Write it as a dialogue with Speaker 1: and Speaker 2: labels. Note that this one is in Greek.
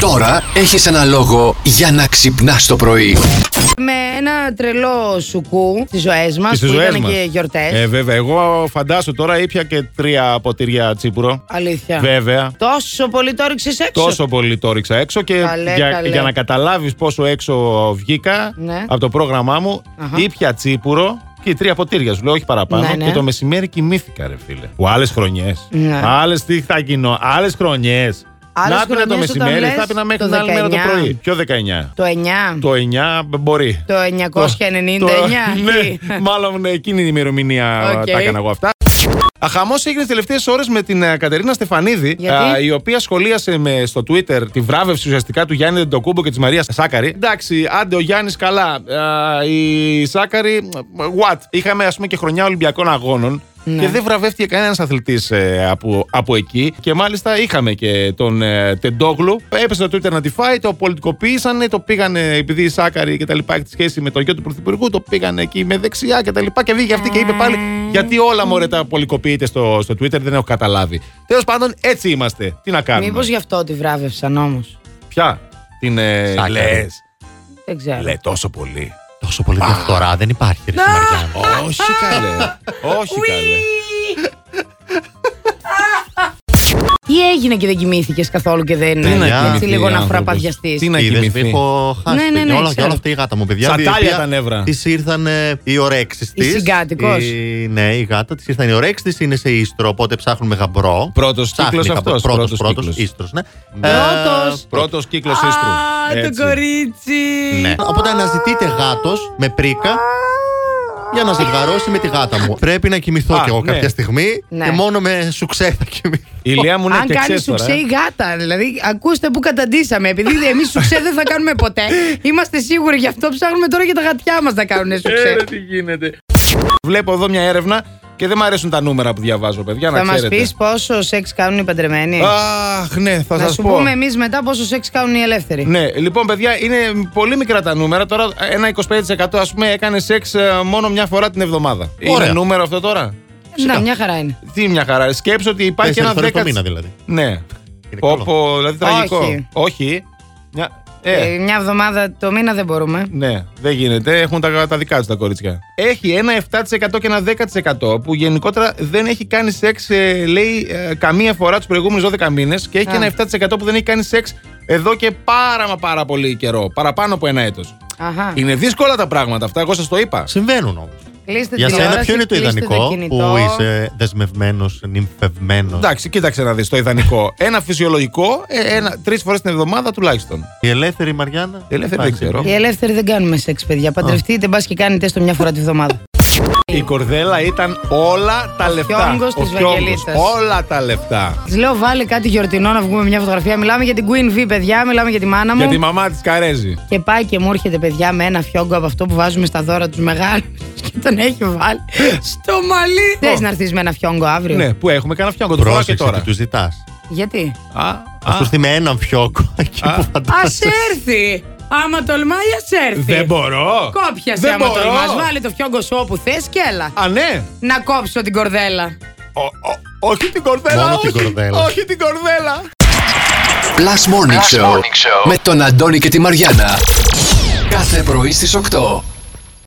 Speaker 1: Τώρα έχεις ένα λόγο για να ξυπνάς το πρωί.
Speaker 2: με ένα τρελό σουκού στις ζωές μας που
Speaker 3: Στις ζωές
Speaker 2: ήταν
Speaker 3: μας.
Speaker 2: και γιορτές.
Speaker 3: Ε, βέβαια. Εγώ φαντάσου τώρα ήπια και τρία ποτήρια τσίπουρο.
Speaker 2: Αλήθεια.
Speaker 3: Βέβαια.
Speaker 2: Τόσο πολύ το ρίξε έξω.
Speaker 3: Τόσο πολύ το ρίξα έξω και
Speaker 2: Καλέ,
Speaker 3: για,
Speaker 2: καλέ.
Speaker 3: για να καταλάβεις πόσο έξω βγήκα
Speaker 2: Ναι.
Speaker 3: από το πρόγραμμά μου,
Speaker 2: Αχα.
Speaker 3: ήπια τσίπουρο και τρία ποτήρια. Σου λέω όχι παραπάνω.
Speaker 2: Ναι, ναι.
Speaker 3: Και το μεσημέρι κοιμήθηκα, ρε φίλε. Που άλλες χρονιές.
Speaker 2: Ναι.
Speaker 3: Άλλες τι θα γινώ, άλλες χρονιές.
Speaker 2: Άλλες
Speaker 3: Να πίνα το
Speaker 2: χρονιές όταν
Speaker 3: μεσημέρι,
Speaker 2: λες,
Speaker 3: θα πίνα μέχρι
Speaker 2: το
Speaker 3: την άλλη μέρα το
Speaker 2: 19.
Speaker 3: πρωί. Ποιο 19.
Speaker 2: Το 9.
Speaker 3: Το 9 μπορεί.
Speaker 2: Το 999.
Speaker 3: ναι, μάλλον εκείνη η ημερομηνία
Speaker 2: Οκ.
Speaker 3: τα έκανα εγώ αυτά. Χαμός έγινε τις τελευταίες ώρες με την ε, Κατερίνα Στεφανίδη, ε,
Speaker 2: Γιατί?
Speaker 3: η οποία σχολίασε με, στο Twitter τη βράβευση ουσιαστικά του Γιάννη Ντοκούμπο και της Μαρίας Σάκαρη. Εντάξει, άντε ο Γιάννης καλά. Α, η Σάκαρη, what. Είχαμε ας πούμε και χρονιά Ολυμπιακών Αγώνων.
Speaker 2: Ναι.
Speaker 3: Και δεν βραβεύτηκε κανένας αθλητής από, από εκεί. Και μάλιστα είχαμε και τον ε, Τεντόγλου. Έπεσε το Twitter να τη φάει, το πολιτικοποίησανε, το πήγανε επειδή η Σάκαρη και τα λοιπά έχει τη σχέση με το γιο του Πρωθυπουργού, το πήγανε εκεί με δεξιά και τα λοιπά. Και βγήκε αυτή και είπε πάλι, Γιατί όλα μωρέ τα πολιτικοποιείτε στο, στο Twitter, δεν έχω καταλάβει. Τέλος πάντων, έτσι είμαστε. Τι να κάνουμε.
Speaker 2: Μήπως γι' αυτό τη βράβευσαν όμως.
Speaker 3: Ποια την. Ε,
Speaker 4: Σάκαρη.
Speaker 3: λες,
Speaker 2: Δεν ξέρω.
Speaker 3: λέ, τόσο πολύ.
Speaker 4: Τόσο πολύ διαφθορά δεν υπάρχει, ρε στη Μαριάννα.
Speaker 3: Όχι καλέ. Όχι καλέ.
Speaker 2: Τι έγινε και δεν κοιμήθηκες καθόλου και δεν.
Speaker 3: Τι να
Speaker 2: έτσι
Speaker 3: κοιμηθεί
Speaker 2: λίγο να
Speaker 3: άνθρωπος.
Speaker 2: φραπαδιαστεί.
Speaker 3: Τι να
Speaker 4: Είδες,
Speaker 3: κοιμηθεί.
Speaker 4: Έχω χάσει
Speaker 2: Ναι, ναι, ναι,
Speaker 4: παιδιά, όλα,
Speaker 2: ξέρω.
Speaker 4: όλα αυτά η γάτα μου, παιδιά.
Speaker 3: Στα
Speaker 4: η
Speaker 3: τάλια
Speaker 4: οποία
Speaker 3: τα νεύρα.
Speaker 4: Της ήρθαν ε, οι ορέξεις
Speaker 2: Η
Speaker 4: της.
Speaker 2: συγκάτοικος.
Speaker 4: Η- Ναι, η γάτα της ήρθαν οι ορέξεις της, είναι σε ίστρο, οπότε ψάχνουμε γαμπρό.
Speaker 3: Πρώτος
Speaker 4: Ψάχνει
Speaker 3: κύκλος
Speaker 4: γαμπρό.
Speaker 3: αυτός,
Speaker 4: Πρώτος,
Speaker 3: πρώτος
Speaker 4: πρώτος,
Speaker 3: κύκλος.
Speaker 4: ίστρος, ναι.
Speaker 2: Πρώτος.
Speaker 4: Ε,
Speaker 3: Πρώτος κύκλος
Speaker 2: Α,
Speaker 3: ίστρου.
Speaker 2: το
Speaker 3: Έτσι.
Speaker 2: κορίτσι.
Speaker 4: Ναι. Οπότε αναζητείται γάτος με πρίκα για να ζευγαρώσει με τη γάτα μου. Πρέπει να κοιμηθώ
Speaker 3: Α,
Speaker 4: κι εγώ
Speaker 3: ναι.
Speaker 4: κάποια στιγμή
Speaker 2: Ναι.
Speaker 4: και μόνο με σουξέ θα κοιμηθώ.
Speaker 3: Ηλία μου είναι
Speaker 2: Αν
Speaker 3: και
Speaker 2: κάνεις
Speaker 3: ξέρεις
Speaker 2: σου
Speaker 3: τώρα,
Speaker 2: ξέ
Speaker 3: ε.
Speaker 2: η γάτα, δηλαδή ακούστε που καταντήσαμε. Επειδή εμείς σου ξέ δεν θα κάνουμε ποτέ. Είμαστε σίγουροι γι' αυτό ψάχνουμε τώρα για τα γατιά μας να κάνουν σου ξέ.
Speaker 3: Ε, τι γίνεται. Βλέπω εδώ μια έρευνα και δεν μου αρέσουν τα νούμερα που διαβάζω, παιδιά.
Speaker 2: Θα
Speaker 3: να
Speaker 2: μας
Speaker 3: ξέρετε.
Speaker 2: πεις πόσο σεξ κάνουν οι παντρεμένοι.
Speaker 3: Αχ, ναι, θα
Speaker 2: Να
Speaker 3: σας
Speaker 2: σου
Speaker 3: πω.
Speaker 2: πούμε εμείς μετά πόσο σεξ κάνουν οι ελεύθεροι.
Speaker 3: Ναι, λοιπόν, παιδιά, είναι πολύ μικρά τα νούμερα. Τώρα ένα 25% ας πούμε έκανε σεξ ε, μόνο μια φορά την εβδομάδα.
Speaker 4: Ωραία.
Speaker 3: Είναι νούμερο αυτό τώρα.
Speaker 2: Να, Ε, μια χαρά είναι.
Speaker 3: Τι μια χαρά. Σκέψω ότι υπάρχει
Speaker 4: Τέσσερις
Speaker 3: ένα 10%.
Speaker 4: φορές το μήνα δηλαδή.
Speaker 3: Ναι.
Speaker 4: Είναι
Speaker 3: Πω,
Speaker 4: καλό.
Speaker 3: πω, δηλαδή τραγικό.
Speaker 2: Όχι.
Speaker 3: Όχι. Μια... Ε,
Speaker 2: Ε, μια εβδομάδα το μήνα δεν μπορούμε.
Speaker 3: Ναι, δεν γίνεται. Έχουν τα, τα δικά τους τα κορίτσια. Έχει ένα 7% και ένα 10% που γενικότερα δεν έχει κάνει σεξ, ε, λέει, ε, καμία φορά τους προηγούμενους 12 μήνες. Και έχει
Speaker 2: Α.
Speaker 3: ένα 7% που δεν έχει κάνει σεξ εδώ και πάρα μα πάρα πολύ καιρό. Παραπάνω από ένα έτος.
Speaker 2: Αχα.
Speaker 3: Είναι δύσκολα τα πράγματα αυτά, εγώ σας το είπα.
Speaker 4: Συμβαίνουν όμως.
Speaker 2: Κλείστε
Speaker 4: Για σένα,
Speaker 2: τηλεόραση,
Speaker 4: ποιο είναι το
Speaker 2: κλείστε
Speaker 4: ιδανικό
Speaker 2: κινητό.
Speaker 4: που είσαι δεσμευμένος, νυμφευμένος.
Speaker 3: Εντάξει, κοίταξε να δεις το ιδανικό. ένα φυσιολογικό, ε, ένα, τρεις φορές την εβδομάδα τουλάχιστον.
Speaker 4: Η ελεύθερη Μαριάννα.
Speaker 3: Η ελεύθερη δεν
Speaker 4: εντάξει.
Speaker 3: ξέρω.
Speaker 2: Οι ελεύθεροι δεν κάνουμε σεξ, παιδιά. Παντρευτείτε, μπας και κάνετε έστω μια φορά τη βδομάδα.
Speaker 3: Η κορδέλα ήταν όλα τα λεφτά.
Speaker 2: φιόγκος Ε. της
Speaker 3: φιόγκος,
Speaker 2: Βαγγελίτας.
Speaker 3: Όλα τα λεφτά.
Speaker 2: Της λέω, βάλε κάτι γιορτινό να βγούμε μια φωτογραφία. Μιλάμε για την Queen V, παιδιά. Μιλάμε για τη μάνα μου.
Speaker 3: Για τη μαμά της Καρέζη.
Speaker 2: Και πάει και μου έρχεται, παιδιά, με ένα φιόγκο από αυτό που βάζουμε στα δώρα τους μεγάλους. Και τον έχει βάλει στο μαλλί. Θες να έρθεις με ένα φιόγκο αύριο.
Speaker 3: Ναι, που έχουμε κανένα φιόγκο. Το φοράω και
Speaker 4: Πρόσεξε
Speaker 3: τώρα.
Speaker 4: τι τους ζητάς.
Speaker 2: Γιατί.
Speaker 3: Α,
Speaker 4: Ας
Speaker 3: α,
Speaker 4: του στείλει με έναν φιόκο εκεί
Speaker 3: Α.
Speaker 4: που
Speaker 2: Α
Speaker 4: φαντάζεσαι.
Speaker 2: έρθει! Άμα τολμάει, ας έρθει.
Speaker 3: ε, δεν μπορώ.
Speaker 2: Κόπιασε
Speaker 3: δεν
Speaker 2: άμα
Speaker 3: μπορώ.
Speaker 2: τολμάς. Βάλε το φιόγκο σου όπου θες και έλα.
Speaker 3: Α, ναι.
Speaker 2: Να κόψω την κορδέλα.
Speaker 3: Ο, ο, όχι την κορδέλα.
Speaker 4: Μόνο
Speaker 3: όχι,
Speaker 4: την κορδέλα.
Speaker 3: Όχι την κορδέλα.
Speaker 1: Plus Morning, Show, με τον Αντώνη και τη Μαριάνα. Κάθε πρωί στις 8.